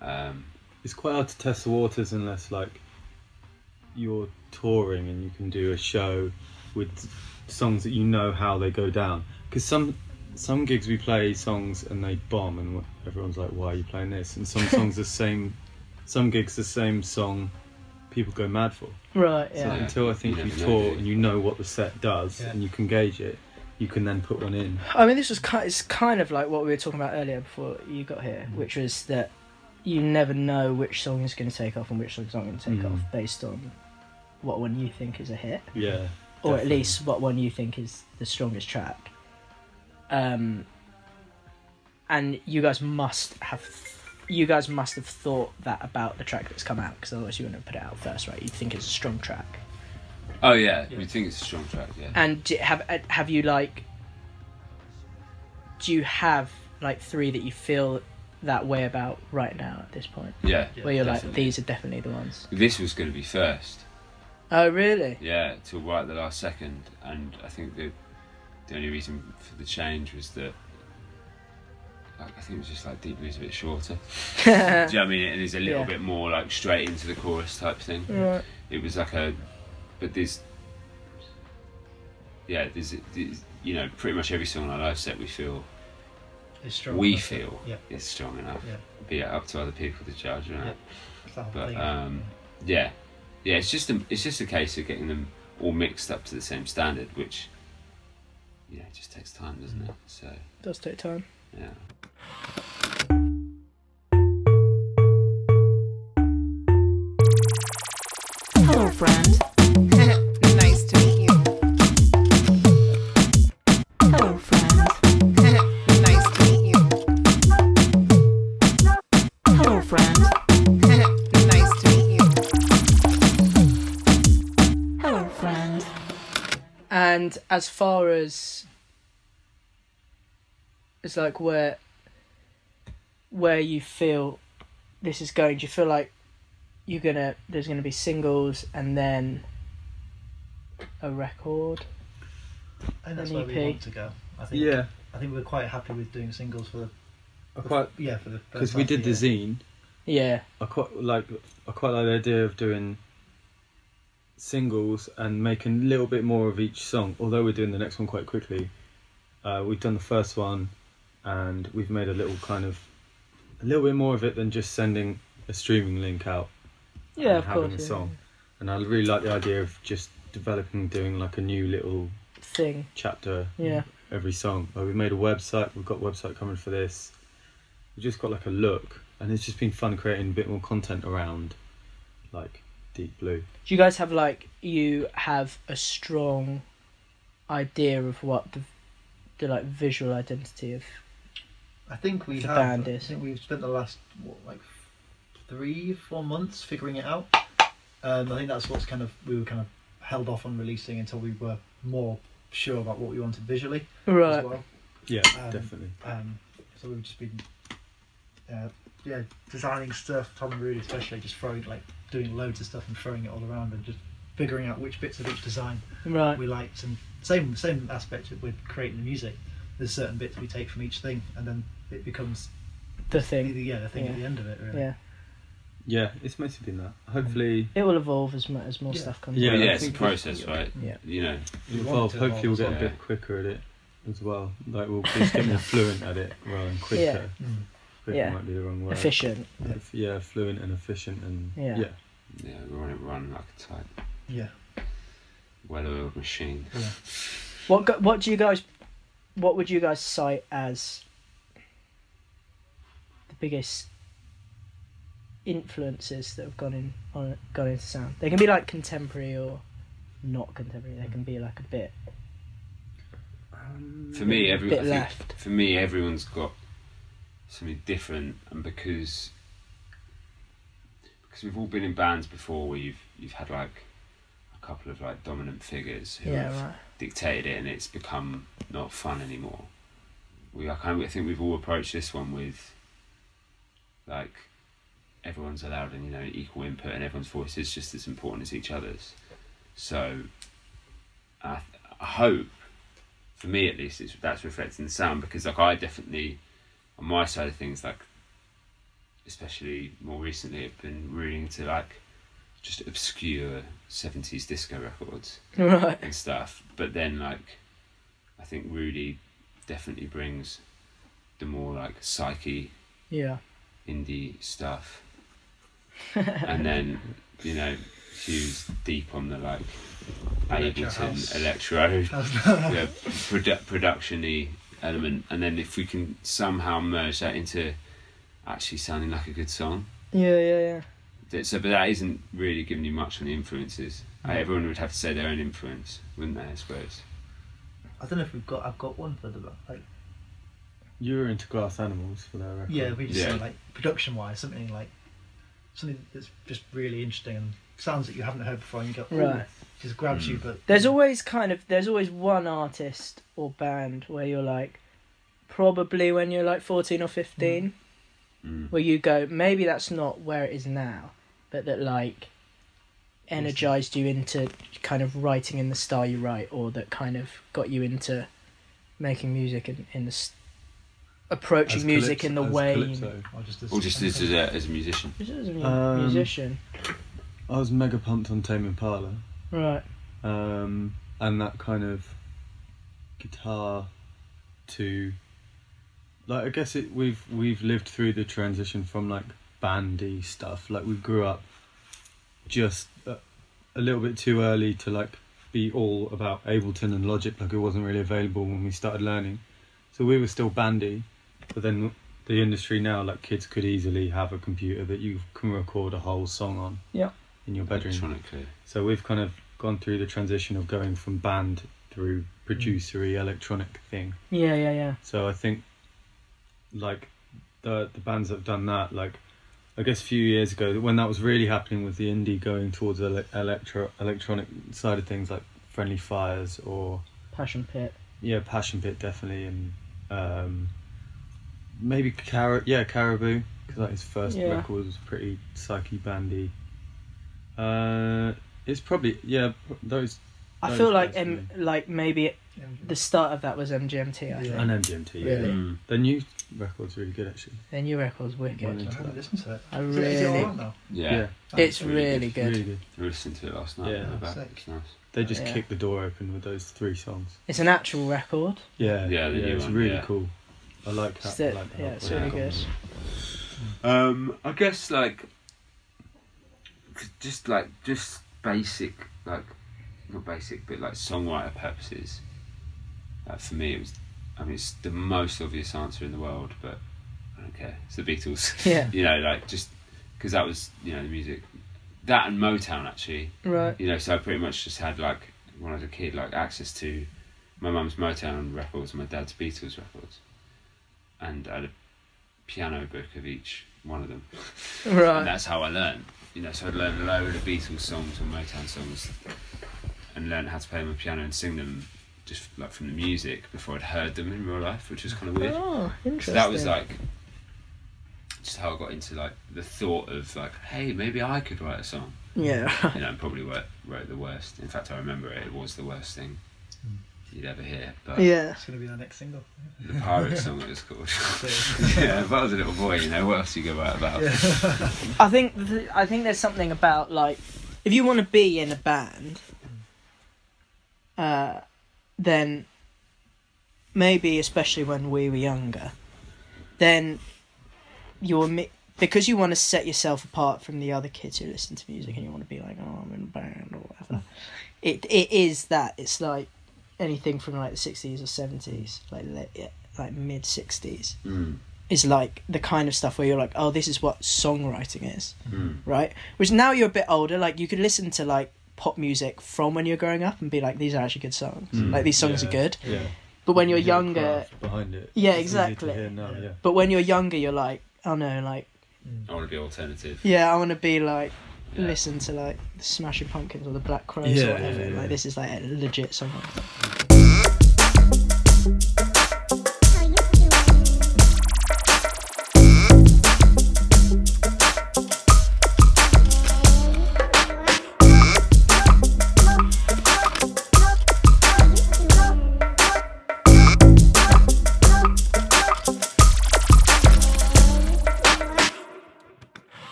Speaker 2: Um,
Speaker 3: It's quite hard to test the waters unless like you're touring and you can do a show with songs that you know how they go down. Because some some gigs we play songs and they bomb, and everyone's like, "Why are you playing this?" And some songs the same, some gigs the same song, people go mad for.
Speaker 1: Right.
Speaker 3: So
Speaker 1: Yeah.
Speaker 2: Yeah.
Speaker 3: until I think
Speaker 2: You
Speaker 3: you,
Speaker 2: never know, do
Speaker 3: tour
Speaker 2: you?
Speaker 3: and you know what the set does
Speaker 4: Yeah.
Speaker 3: and you can gauge it, you can then put one in.
Speaker 1: I mean, this was kind. It's kind of like what we were talking about earlier before you got here,
Speaker 2: Mm.
Speaker 1: which was that you never know which song is going to take off and which song's not going to take
Speaker 3: Mm.
Speaker 1: off based on what one you think is a hit,
Speaker 3: Yeah.
Speaker 1: or at
Speaker 3: Definitely.
Speaker 1: least what one you think is the strongest track. Um, and you guys must have, you guys must have thought that about the track that's come out, because otherwise you wouldn't have put it out first, right? You'd think it's a strong track.
Speaker 2: oh yeah,
Speaker 4: Yeah.
Speaker 2: we think it's a strong track. Yeah.
Speaker 1: And do, have uh, have you like? Do you have like three that you feel that way about right now at this point?
Speaker 2: yeah.
Speaker 4: Yeah,
Speaker 1: Where you're like,
Speaker 2: definitely.
Speaker 1: these are definitely the ones.
Speaker 2: This was going to be first.
Speaker 1: Oh really?
Speaker 2: Yeah, till right at the last second, and I think the the only reason for the change was that like, I think it was just like Deep Blue's a bit shorter. Do you know what I mean? It is a little
Speaker 1: Yeah.
Speaker 2: bit more like straight into the chorus type thing.
Speaker 1: Right.
Speaker 2: It was like a, but there's, yeah, there's, there's you know pretty much every song on our live set we feel
Speaker 4: It's strong.
Speaker 2: we
Speaker 4: enough.
Speaker 2: feel
Speaker 4: Yeah.
Speaker 2: is strong enough.
Speaker 4: Yeah.
Speaker 2: But yeah, up to other people to judge, right?
Speaker 4: Yeah. It's that whole
Speaker 2: But
Speaker 4: thing.
Speaker 3: uh,
Speaker 2: um, yeah, yeah, it's just a, it's just a case of getting them all mixed up to the same standard, which you know just takes time, doesn't it? So
Speaker 1: Does take time.
Speaker 2: yeah,
Speaker 6: Hello, friend. nice to meet you. Hello, friend. nice to meet you. Hello, friend. nice to meet you. Hello, friend.
Speaker 1: And as far as it's like where where you feel this is going, do you feel like you're gonna there's gonna be singles and then a record?
Speaker 4: I think that's
Speaker 1: an E
Speaker 4: where we
Speaker 1: EP.
Speaker 4: want to go. I think.
Speaker 3: Yeah.
Speaker 4: I think we're quite happy with doing singles for the.
Speaker 3: I quite
Speaker 4: Yeah, for the. first
Speaker 3: because we
Speaker 4: half of
Speaker 3: did the
Speaker 4: year.
Speaker 3: zine.
Speaker 1: Yeah.
Speaker 3: I quite like I quite like the idea of doing singles and making a little bit more of each song. Although we're doing the next one quite quickly, Uh, we've done the first one, and we've made a little kind of a little bit more of it than just sending a streaming link out.
Speaker 1: Yeah,
Speaker 3: and
Speaker 1: of
Speaker 3: having
Speaker 1: course.
Speaker 3: a
Speaker 1: yeah.
Speaker 3: song, and I really like the idea of just developing, doing like a new little
Speaker 1: Thing.
Speaker 3: chapter
Speaker 1: Yeah.
Speaker 3: every song. Like we've made a website, we've got a website coming for this. We've just got like a look, and it's just been fun creating a bit more content around like Deep Blue.
Speaker 1: Do you guys have like you have a strong idea of what the the like visual identity of
Speaker 4: I think we
Speaker 1: The
Speaker 4: have.
Speaker 1: band
Speaker 4: I
Speaker 1: is.
Speaker 4: think we've spent the last what, like three, four months figuring it out. Um, I think that's what's kind of we were kind of held off on releasing until we were more sure about what we wanted visually as
Speaker 1: right
Speaker 4: well.
Speaker 3: Yeah,
Speaker 4: Um,
Speaker 3: definitely.
Speaker 4: Um, so we've just been, uh, yeah, designing stuff. Tom and Rudy especially just throwing like doing loads of stuff and throwing it all around and just figuring out which bits of each design
Speaker 1: right
Speaker 4: we liked and same same aspect with creating the music. There's certain bits we take from each thing and then it becomes
Speaker 1: the thing
Speaker 4: yeah the thing at
Speaker 1: Yeah.
Speaker 4: the end of it really.
Speaker 1: yeah
Speaker 3: Yeah, it's mostly been that. Hopefully,
Speaker 1: it will evolve as much as more
Speaker 4: Yeah.
Speaker 1: stuff comes
Speaker 3: Yeah,
Speaker 2: Yeah,
Speaker 1: out.
Speaker 2: yeah
Speaker 3: I
Speaker 2: it's a
Speaker 3: think
Speaker 2: process, right?
Speaker 1: Yeah.
Speaker 2: You know,
Speaker 3: it
Speaker 4: We
Speaker 3: evolved.
Speaker 4: want it to
Speaker 3: Hopefully, we'll get a
Speaker 2: evolve,
Speaker 3: bit quicker at it as well. Like we'll just get more fluent at it rather than quicker.
Speaker 1: Yeah.
Speaker 4: Mm.
Speaker 3: Quicker
Speaker 1: Yeah.
Speaker 3: might be the wrong word.
Speaker 1: efficient
Speaker 3: F- Yeah, fluent and efficient and
Speaker 1: Yeah.
Speaker 3: yeah.
Speaker 2: yeah, run it, run like a tight,
Speaker 4: Yeah.
Speaker 2: well-oiled machine.
Speaker 1: what go, what do you guys what would you guys cite as the biggest influences that have gone in on it- gone into sound they can be like contemporary or not contemporary they can be like a bit
Speaker 2: For me, every,
Speaker 1: Mm. Bit
Speaker 2: I think
Speaker 1: left.
Speaker 2: for me, everyone's got something different, and because because we've all been in bands before, where you've you've had like a couple of like dominant figures who have
Speaker 1: yeah right
Speaker 2: dictated it, and it's become not fun anymore. We are kind of, I think we've all approached this one with like everyone's allowed and you know equal input, and everyone's voice is just as important as each other's. So I, th- I hope, for me at least, it's, that's reflected in the sound because like I definitely, on my side of things, like especially more recently, have been rooting to like just obscure seventies disco records
Speaker 1: right
Speaker 2: and stuff. But then like, I think Rudy definitely brings the more like psyche
Speaker 1: yeah
Speaker 2: indie stuff. and then you know she's deep on the like
Speaker 4: Electro
Speaker 2: Ableton
Speaker 4: house.
Speaker 2: electro
Speaker 4: That's-
Speaker 2: yeah, produ- production-y element, and then if we can somehow merge that into actually sounding like a good song.
Speaker 1: yeah yeah yeah
Speaker 2: That- So, but that isn't really giving you much on the influences. Uh, Everyone would have to say their own influence, wouldn't they? I suppose.
Speaker 4: I don't know if we've got. I've got one for the like.
Speaker 3: You were into Glass Animals for their record.
Speaker 4: Yeah, we just
Speaker 2: Yeah.
Speaker 4: said, like production-wise, something like something that's just really interesting and sounds that you haven't heard before, and you go, "Ooh,"
Speaker 1: Right.
Speaker 4: just grabs you.
Speaker 2: Mm.
Speaker 4: But
Speaker 1: There's always kind of there's always one artist or band where you're like probably when you're like 14 or 15
Speaker 2: Mm.
Speaker 1: where you go maybe that's not where it is now but that like energized you into kind of writing in the style you write or that kind of got you into making music and in the s approaching
Speaker 3: As
Speaker 1: music
Speaker 3: Calypso-
Speaker 1: in the
Speaker 3: as
Speaker 1: way
Speaker 3: Calypso.
Speaker 4: or just as,
Speaker 2: Or just as, as, a, as a musician.
Speaker 1: This is a
Speaker 3: Um,
Speaker 1: musician
Speaker 3: I was mega pumped on Tame Impala,
Speaker 1: right
Speaker 3: um, and that kind of guitar to like I guess it we've we've lived through the transition from like bandy stuff. Like we grew up just a, a little bit too early to like be all about Ableton and Logic. Like it wasn't really available when we started learning, so we were still bandy, but then. The industry now, like kids, could easily have a computer that you can record a whole song on.
Speaker 1: Yeah.
Speaker 3: In your bedroom.
Speaker 2: Electronically.
Speaker 3: So we've kind of gone through the transition of going from band through producery electronic thing.
Speaker 1: yeah yeah yeah
Speaker 3: So I think like the the bands that have done that, like I guess a few years ago when that was really happening with the indie going towards ele- electro electronic side of things, like Friendly Fires or
Speaker 1: passion pit
Speaker 3: yeah, Passion Pit definitely, and um, maybe Car- yeah, Caribou because like his first
Speaker 1: Yeah.
Speaker 3: record was pretty psyche bandy. Uh, it's probably yeah p- those.
Speaker 1: I feel like M- like maybe the start of that was MGMT. I
Speaker 4: Yeah.
Speaker 1: think.
Speaker 3: and MGMT. Yeah.
Speaker 4: Really?
Speaker 2: Mm.
Speaker 3: Their new record's really good actually.
Speaker 1: Their new record's
Speaker 3: Went
Speaker 1: wicked.
Speaker 4: I
Speaker 3: into
Speaker 4: haven't
Speaker 3: that.
Speaker 4: listened to it.
Speaker 1: I
Speaker 4: Is it- is it all
Speaker 1: really,
Speaker 4: right now?
Speaker 2: Yeah.
Speaker 3: Yeah.
Speaker 1: it's
Speaker 2: really
Speaker 1: really
Speaker 3: Really
Speaker 1: good. Oh,
Speaker 3: good.
Speaker 2: I listened to it last night.
Speaker 3: Yeah.
Speaker 2: Yeah,
Speaker 4: Sick.
Speaker 2: it's nice.
Speaker 3: They just
Speaker 1: Yeah.
Speaker 3: kicked the door open with those three songs.
Speaker 1: It's an actual record.
Speaker 3: Yeah,
Speaker 2: Yeah, the new
Speaker 3: it's
Speaker 2: one,
Speaker 3: really
Speaker 2: yeah.
Speaker 3: cool. I like that.
Speaker 1: It's the-
Speaker 3: I like that.
Speaker 1: yeah, it's
Speaker 2: Yeah.
Speaker 1: really good.
Speaker 2: Um, I guess like c- just like just basic like not basic but like songwriter purposes. Like for me, it was. I mean, it's the most obvious answer in the world, but I don't care. It's the Beatles.
Speaker 1: Yeah.
Speaker 2: you know, like just because that was you know the music that and Motown actually.
Speaker 1: Right.
Speaker 2: You know, so I pretty much just had like when I was a kid like access to my mum's Motown records and my dad's Beatles records, and I had a piano book of each one of them and
Speaker 1: Right.
Speaker 2: that's how I learned. You know, so I'd learn a load of Beatles songs or Motown songs, and learn how to play them on the piano and sing them just like from the music before I'd heard them in real life, which was kind of weird.
Speaker 1: Oh,
Speaker 2: so
Speaker 1: interesting.
Speaker 2: that was like just how I got into like the thought of like, hey, maybe I could write a song.
Speaker 1: Yeah.
Speaker 2: You know, and probably wrote, wrote the worst. In fact, I remember it. It was the worst thing you'd ever hear. But
Speaker 1: Yeah.
Speaker 4: It's going to be the next single.
Speaker 2: the pirate song it was called.
Speaker 4: So-
Speaker 2: yeah, if I was a little boy, you know, what else you go write about?
Speaker 1: I think th- I think there's something about like if you want to be in a band, uh, then maybe especially when we were younger, then you're mi- because you want to set yourself apart from the other kids who listen to music and you want to be like oh I'm in a band or whatever. It it is that it's like anything from like the sixties or seventies like le- like mid sixties
Speaker 2: Mm,
Speaker 1: is like the kind of stuff where you're like, oh, this is what songwriting is,
Speaker 2: mm,
Speaker 1: right? Which now you're a bit older, like you could listen to like pop music from when you're growing up and be like, these are actually good songs.
Speaker 2: Mm,
Speaker 1: like these songs
Speaker 3: yeah.
Speaker 1: are good.
Speaker 3: Yeah.
Speaker 1: But when you're
Speaker 3: You hear the
Speaker 1: younger,
Speaker 3: craft behind it.
Speaker 1: Yeah,
Speaker 3: It's easier to
Speaker 1: exactly.
Speaker 3: hear now, yeah.
Speaker 1: but when you're younger, you're like, oh no, like
Speaker 2: I want to be alternative.
Speaker 1: yeah, I want to be like
Speaker 2: Yeah.
Speaker 1: listen to like the Smashing Pumpkins or the Black Crows
Speaker 3: Yeah,
Speaker 1: or whatever.
Speaker 3: yeah, yeah.
Speaker 1: Like this is like a legit songwriting.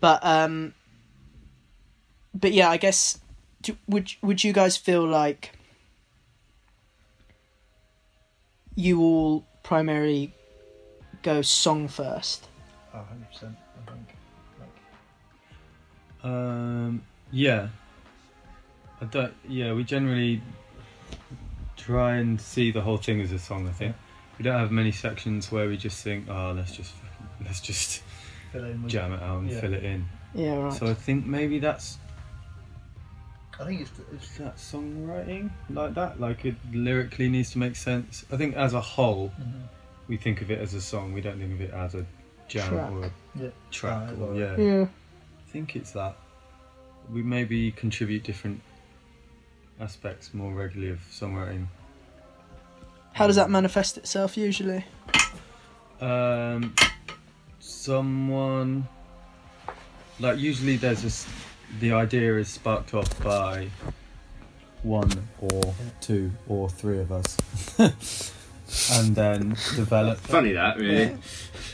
Speaker 1: But um, but yeah, I guess do, would would you guys feel like you all primarily go song first?
Speaker 4: Oh, 100%, I think. Like,
Speaker 3: Um, yeah. I don't. Yeah, we generally try and see the whole thing as a song. I think we don't have many sections where we just think, "Oh, let's just fucking- let's just
Speaker 4: fill in with-
Speaker 3: jam it out and
Speaker 4: Yeah.
Speaker 3: fill it in."
Speaker 1: Yeah, right.
Speaker 3: So I think maybe that's
Speaker 4: I think it's, it's
Speaker 3: is that songwriting like that. Like it lyrically needs to make sense. I think as a whole,
Speaker 4: Mhm.
Speaker 3: we think of it as a song. We don't think of it as a jam
Speaker 1: Track.
Speaker 3: or a
Speaker 4: Yeah.
Speaker 3: track.
Speaker 4: Track
Speaker 3: Or,
Speaker 4: or-
Speaker 3: yeah.
Speaker 1: yeah.
Speaker 3: I think it's that we maybe contribute different aspects more regularly of songwriting.
Speaker 1: How does that manifest itself usually?
Speaker 3: Um, someone like usually there's just the idea is sparked off by one or two or three of us, and then develop.
Speaker 2: Funny that, really.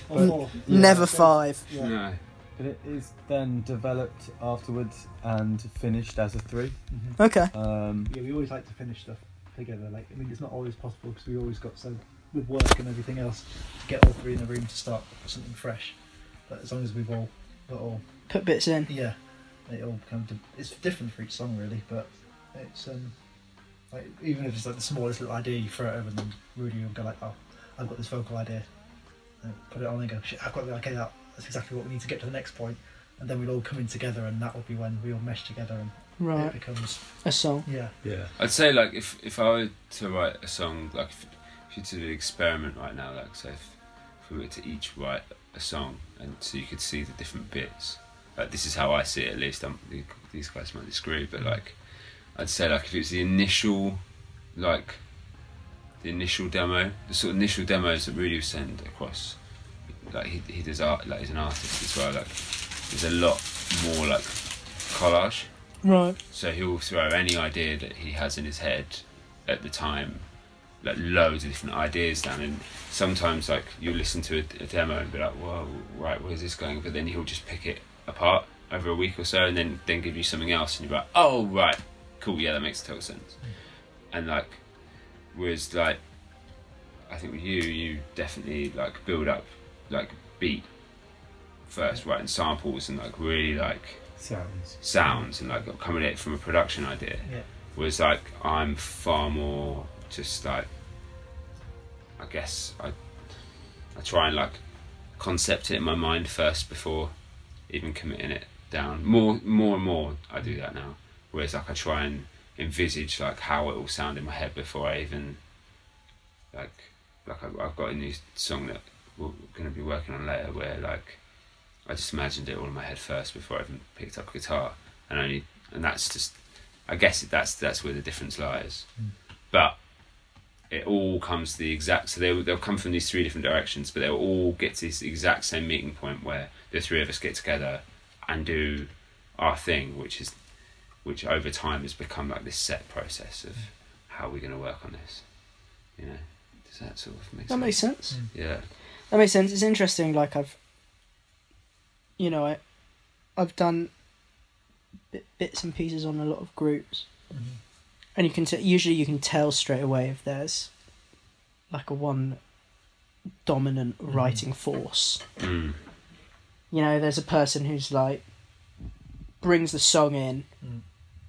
Speaker 4: or four.
Speaker 1: Never five.
Speaker 3: Yeah.
Speaker 2: No.
Speaker 3: But it is then developed afterwards and finished as a three.
Speaker 1: Okay.
Speaker 3: Um,
Speaker 4: Mm-hmm. Yeah, we always like to finish stuff together. Like, I mean, it's not always possible because we always got so with work and everything else to get all three in a room to start something fresh. But as long as we've all got all,
Speaker 1: Put bits in.
Speaker 4: yeah, it all kind of it's different for each song really. But it's um, like even if it's like the smallest little idea, you throw it over and then Rudy will go like, oh, I've got this vocal idea, and put it on and go, shit, I've got the idea. out. That's exactly what we need to get to the next point. And then we'll all come in together, and that will be when we all mesh together, and it
Speaker 1: Right.
Speaker 4: becomes
Speaker 1: A song.
Speaker 4: yeah,
Speaker 3: yeah.
Speaker 2: I'd say like if if I were to write a song, like if, if you did an experiment right now, like so if, if we were to each write a song, and so you could see the different bits. Like this is how I see it. At least I'm, these guys might disagree, but like I'd say like if it was the initial, like the initial demo, the sort of initial demos that really was sent across. Like he he does art, like he's an artist as well. Like there's a lot more like collage
Speaker 1: Right.
Speaker 2: So he'll throw any idea that he has in his head at the time, like loads of different ideas down. And sometimes, like, you'll listen to a, a demo and be like, whoa, right, where's this going? But then he'll just pick it apart over a week or so and then, then give you something else. And you're like, oh, right, cool, yeah, that makes total sense. And, like, whereas, like, I think with you, you definitely, like, build up, like, beat first, writing samples and, like, really, like,
Speaker 3: Sounds.
Speaker 2: sounds and like coming at it from a production idea
Speaker 4: Yeah.
Speaker 2: was like I'm far more just like I guess I I try and like concept it in my mind first before even committing it down more more and more I do that now whereas like I try and envisage like how it will sound in my head before I even like like I've, I've got a new song that we're going to be working on later where like I just imagined it all in my head first before I even picked up guitar, and only and that's just I guess that's that's where the difference lies.
Speaker 1: Hmm.
Speaker 2: But it all comes to the exact so they'll they'll come from these three different directions, but they'll all get to this exact same meeting point where the three of us get together and do our thing, which is which over time has become like this set process of how we're going to work on this. You know, does that sort of make
Speaker 1: That
Speaker 2: sense?
Speaker 1: makes sense.
Speaker 2: Yeah.
Speaker 1: That makes sense. It's interesting. Like I've, you know, I, I've done bit, bits and pieces on a lot of groups, and you can t- usually you can tell straight away if there's like a one dominant writing force.
Speaker 2: Mm.
Speaker 1: You know, there's a person who's like brings the song in,
Speaker 4: Mm.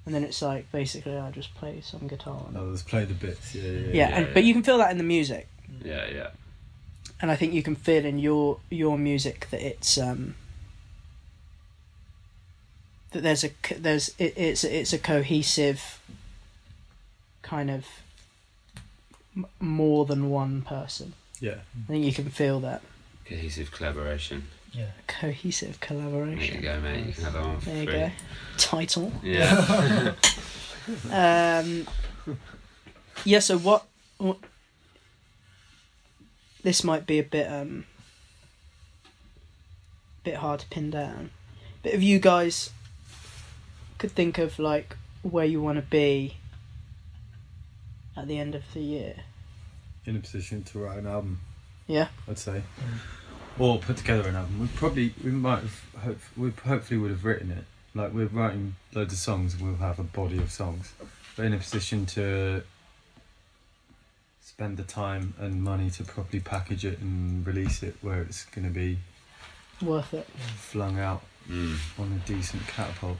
Speaker 1: and then it's like basically I just play some guitar. and-
Speaker 3: Others play the bits. Yeah, Oh, yeah.
Speaker 1: yeah, and, but
Speaker 2: yeah.
Speaker 1: you can feel that in the music.
Speaker 2: Yeah, yeah.
Speaker 1: and I think you can feel in your your music that it's um that there's a co- there's it, it's it's a cohesive kind of m- more than one person.
Speaker 3: Yeah.
Speaker 1: I think you can feel that
Speaker 2: Cohesive collaboration.
Speaker 4: Yeah.
Speaker 1: cohesive
Speaker 2: There you
Speaker 1: collaboration.
Speaker 2: go, mate. You can have that one for
Speaker 1: There you
Speaker 2: free.
Speaker 1: go. Title.
Speaker 2: Yeah.
Speaker 1: Um, yeah. So what, what? This might be a bit um. Bit hard to pin down, but if you guys could think of like where you want to be at the end of the year,
Speaker 3: In a position to write an album.
Speaker 1: Yeah.
Speaker 3: I'd say. Or put together an album. We probably we might have hope we hopefully would have written it. Like we're writing loads of songs. We'll have a body of songs. But in a position to spend the time and money to properly package it and release it where it's going to be
Speaker 1: worth it.
Speaker 3: flung out
Speaker 2: Mm.
Speaker 3: on a decent catapult.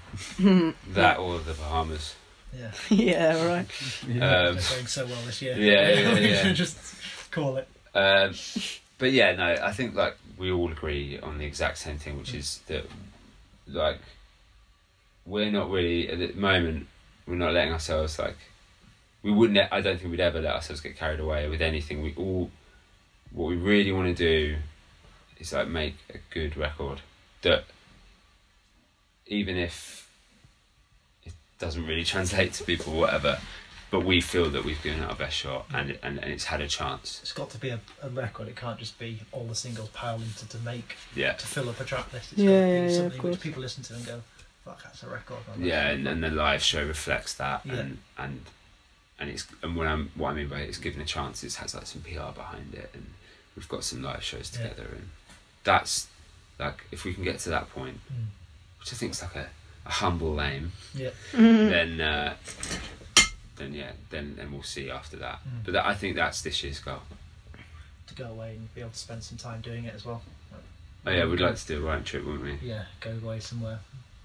Speaker 2: That or the Bahamas.
Speaker 4: Yeah.
Speaker 1: yeah. Right.
Speaker 2: Um,
Speaker 4: They're going so well this year.
Speaker 2: yeah, yeah,
Speaker 4: we
Speaker 2: yeah.
Speaker 4: should just call it.
Speaker 2: Um, but yeah, no, I think like we all agree on the exact same thing, which is that like we're not really at the moment we're not letting ourselves like we wouldn't. I don't think we'd ever let ourselves get carried away with anything. We all what we really want to do is like make a good record that even if it doesn't really translate to people, whatever. But we feel that we've given it our best shot, and and, and it's had a chance.
Speaker 4: It's got to be a, a record. It can't just be all the singles piled into to make
Speaker 2: Yeah.
Speaker 4: to fill up a track list. It's
Speaker 1: Yeah,
Speaker 4: got to
Speaker 1: yeah,
Speaker 4: be
Speaker 1: yeah, of
Speaker 4: something
Speaker 1: course.
Speaker 4: which people listen to and go, "Fuck, that's a record." man."
Speaker 2: yeah and, and the live show reflects that
Speaker 4: Yeah.
Speaker 2: and and and it's and what i'm what i mean by it is given a chance it has like some pr behind it and we've got some live shows
Speaker 4: Yeah.
Speaker 2: together and that's like if we can get to that point
Speaker 4: Mm.
Speaker 2: which i think is like a, a humble aim
Speaker 4: Yeah.
Speaker 2: then uh then yeah then then we'll see after that
Speaker 4: Mm.
Speaker 2: but that, i think that's this year's goal
Speaker 4: to go away and be able to spend some time doing it as well.
Speaker 2: oh yeah we'd like to do a round trip wouldn't we
Speaker 4: Yeah, go away somewhere,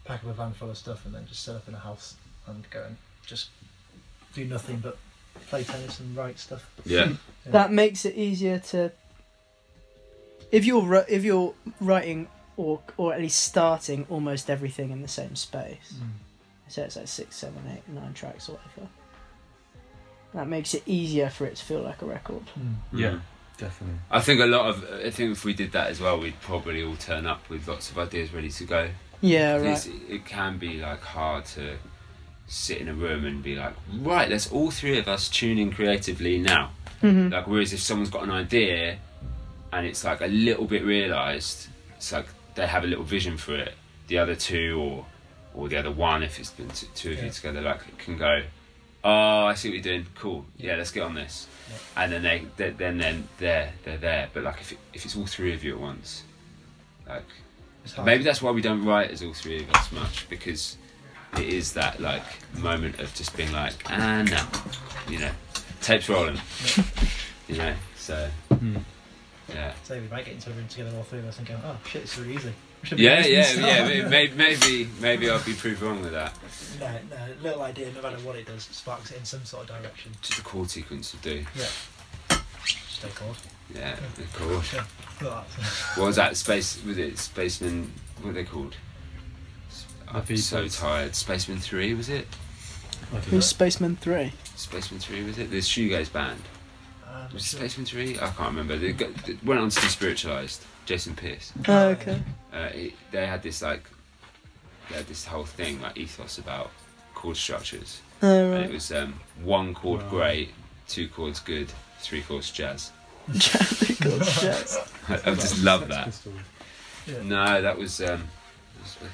Speaker 4: pack up a van full of stuff, and then just set up in a house and go and just do nothing but play tennis and write stuff.
Speaker 2: yeah
Speaker 1: that makes it easier to if you're ri- if you're writing or or at least starting almost everything in the same space so it's like six seven eight nine tracks or whatever that makes it easier for it to feel like a record
Speaker 3: Yeah. Definitely.
Speaker 2: I think a lot of I think if we did that as well, we'd probably all turn up with lots of ideas ready to go.
Speaker 1: yeah
Speaker 2: It's-
Speaker 1: right
Speaker 2: It can be like hard to sit in a room and be like, right, let's all three of us tune in creatively now.
Speaker 1: Mhm.
Speaker 2: Like, whereas if someone's got an idea and it's like a little bit realised, it's like they have a little vision for it. The other two or or the other one, if it's been t- two of you together, like can go, oh, I see what you're doing. Cool. Yeah, let's get on this. And then they, they then then they're they're there. But like if it, if it's all three of you at once, like
Speaker 4: It's hard.
Speaker 2: maybe that's why we don't write as all three of us much because it is that like moment of just being like, and now, you know, tapes rolling, you know. So yeah.
Speaker 4: So we might get into a room together, all three of us, and go, oh shit, it's really easy. We should be
Speaker 2: Yeah,
Speaker 4: doing
Speaker 2: yeah,
Speaker 4: this
Speaker 2: yeah. may-
Speaker 4: now."
Speaker 2: may- Maybe, maybe I'll be proved wrong with that.
Speaker 4: No, no, little idea, no matter what it does, sparks it in some sort of direction.
Speaker 2: Just a chord sequence would do.
Speaker 4: Stay cool.
Speaker 2: Yeah, of course.
Speaker 4: Look at that.
Speaker 2: What was that? Space? Was it Spaceman? What are they called? S- I'm so
Speaker 3: Beatles.
Speaker 2: tired. Spaceman Three was it?
Speaker 1: Who's Spaceman 3?
Speaker 2: Spaceman Three was it? The shoegaze band.
Speaker 4: Um,
Speaker 2: Was it
Speaker 4: so-
Speaker 2: Spaceman Three? I can't remember. They got, they went on to be spiritualized. Jason Pierce.
Speaker 1: Oh, okay.
Speaker 2: Uh, it, they had this like, they had this whole thing like ethos about chord structures.
Speaker 1: Oh,
Speaker 2: And it
Speaker 1: right.
Speaker 2: was um, one chord
Speaker 3: Wow.
Speaker 2: great, two chords good, three chords jazz.
Speaker 1: Jack Nicholson, yes.
Speaker 2: I, I just love that.
Speaker 4: Yeah.
Speaker 2: No, that was. Um, Sp-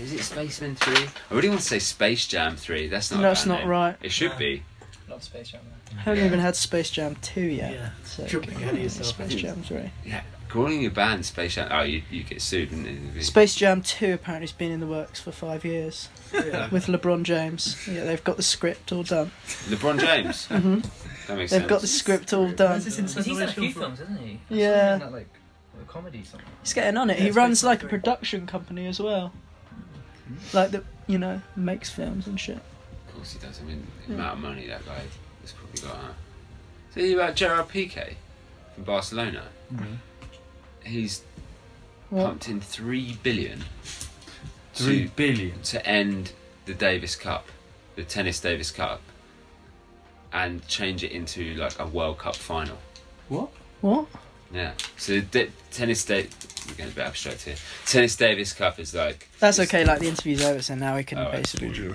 Speaker 2: is it Spaceman 3? I really want to say Space Jam 3. That's not a
Speaker 1: That's
Speaker 2: bad
Speaker 1: not
Speaker 2: name.
Speaker 1: right.
Speaker 2: It should
Speaker 4: No.
Speaker 2: be.
Speaker 7: Not Space Jam. though.
Speaker 1: I haven't
Speaker 2: Yeah.
Speaker 1: even had Space Jam 2 yet.
Speaker 4: Yeah.
Speaker 1: So,
Speaker 4: Jumping ahead of yourself.
Speaker 1: Space Jam 3.
Speaker 2: Yeah. Calling your band Space Jam. Oh, you, you get sued, wouldn't you?
Speaker 1: Space Jam 2 apparently has been in the works for five years
Speaker 4: Yeah.
Speaker 1: with LeBron James. Yeah, they've got the script all done.
Speaker 2: LeBron James.
Speaker 1: hmm
Speaker 2: That makes
Speaker 1: They've
Speaker 2: sense.
Speaker 1: got the script all done.
Speaker 4: Where's this in-
Speaker 7: Because he's done a few
Speaker 4: Sensational
Speaker 7: films, hasn't he? I saw him
Speaker 1: Yeah.
Speaker 7: in that, like, a comedy something.
Speaker 1: He's getting on it.
Speaker 4: Yeah,
Speaker 1: he
Speaker 4: Space
Speaker 1: runs
Speaker 4: Jam
Speaker 1: like a
Speaker 4: 3.
Speaker 1: production company as well. Like that, you know, makes films and shit.
Speaker 2: Of course he does. I mean, the
Speaker 1: Yeah.
Speaker 2: amount of money that guy has probably got. Huh? So you about Gerard Piqué from Barcelona? He's
Speaker 1: Well,
Speaker 2: pumped in three billion
Speaker 3: Three
Speaker 2: to
Speaker 3: billion.
Speaker 2: to end the Davis Cup, the tennis Davis Cup, and change it into like a World Cup final.
Speaker 3: What?
Speaker 1: what?
Speaker 2: Yeah. So the tennis day. We're getting a bit abstract here. Tennis Davis Cup is like.
Speaker 1: That's
Speaker 2: it's-
Speaker 1: okay. Like the interview's over, so now we can
Speaker 2: Alright.
Speaker 1: basically.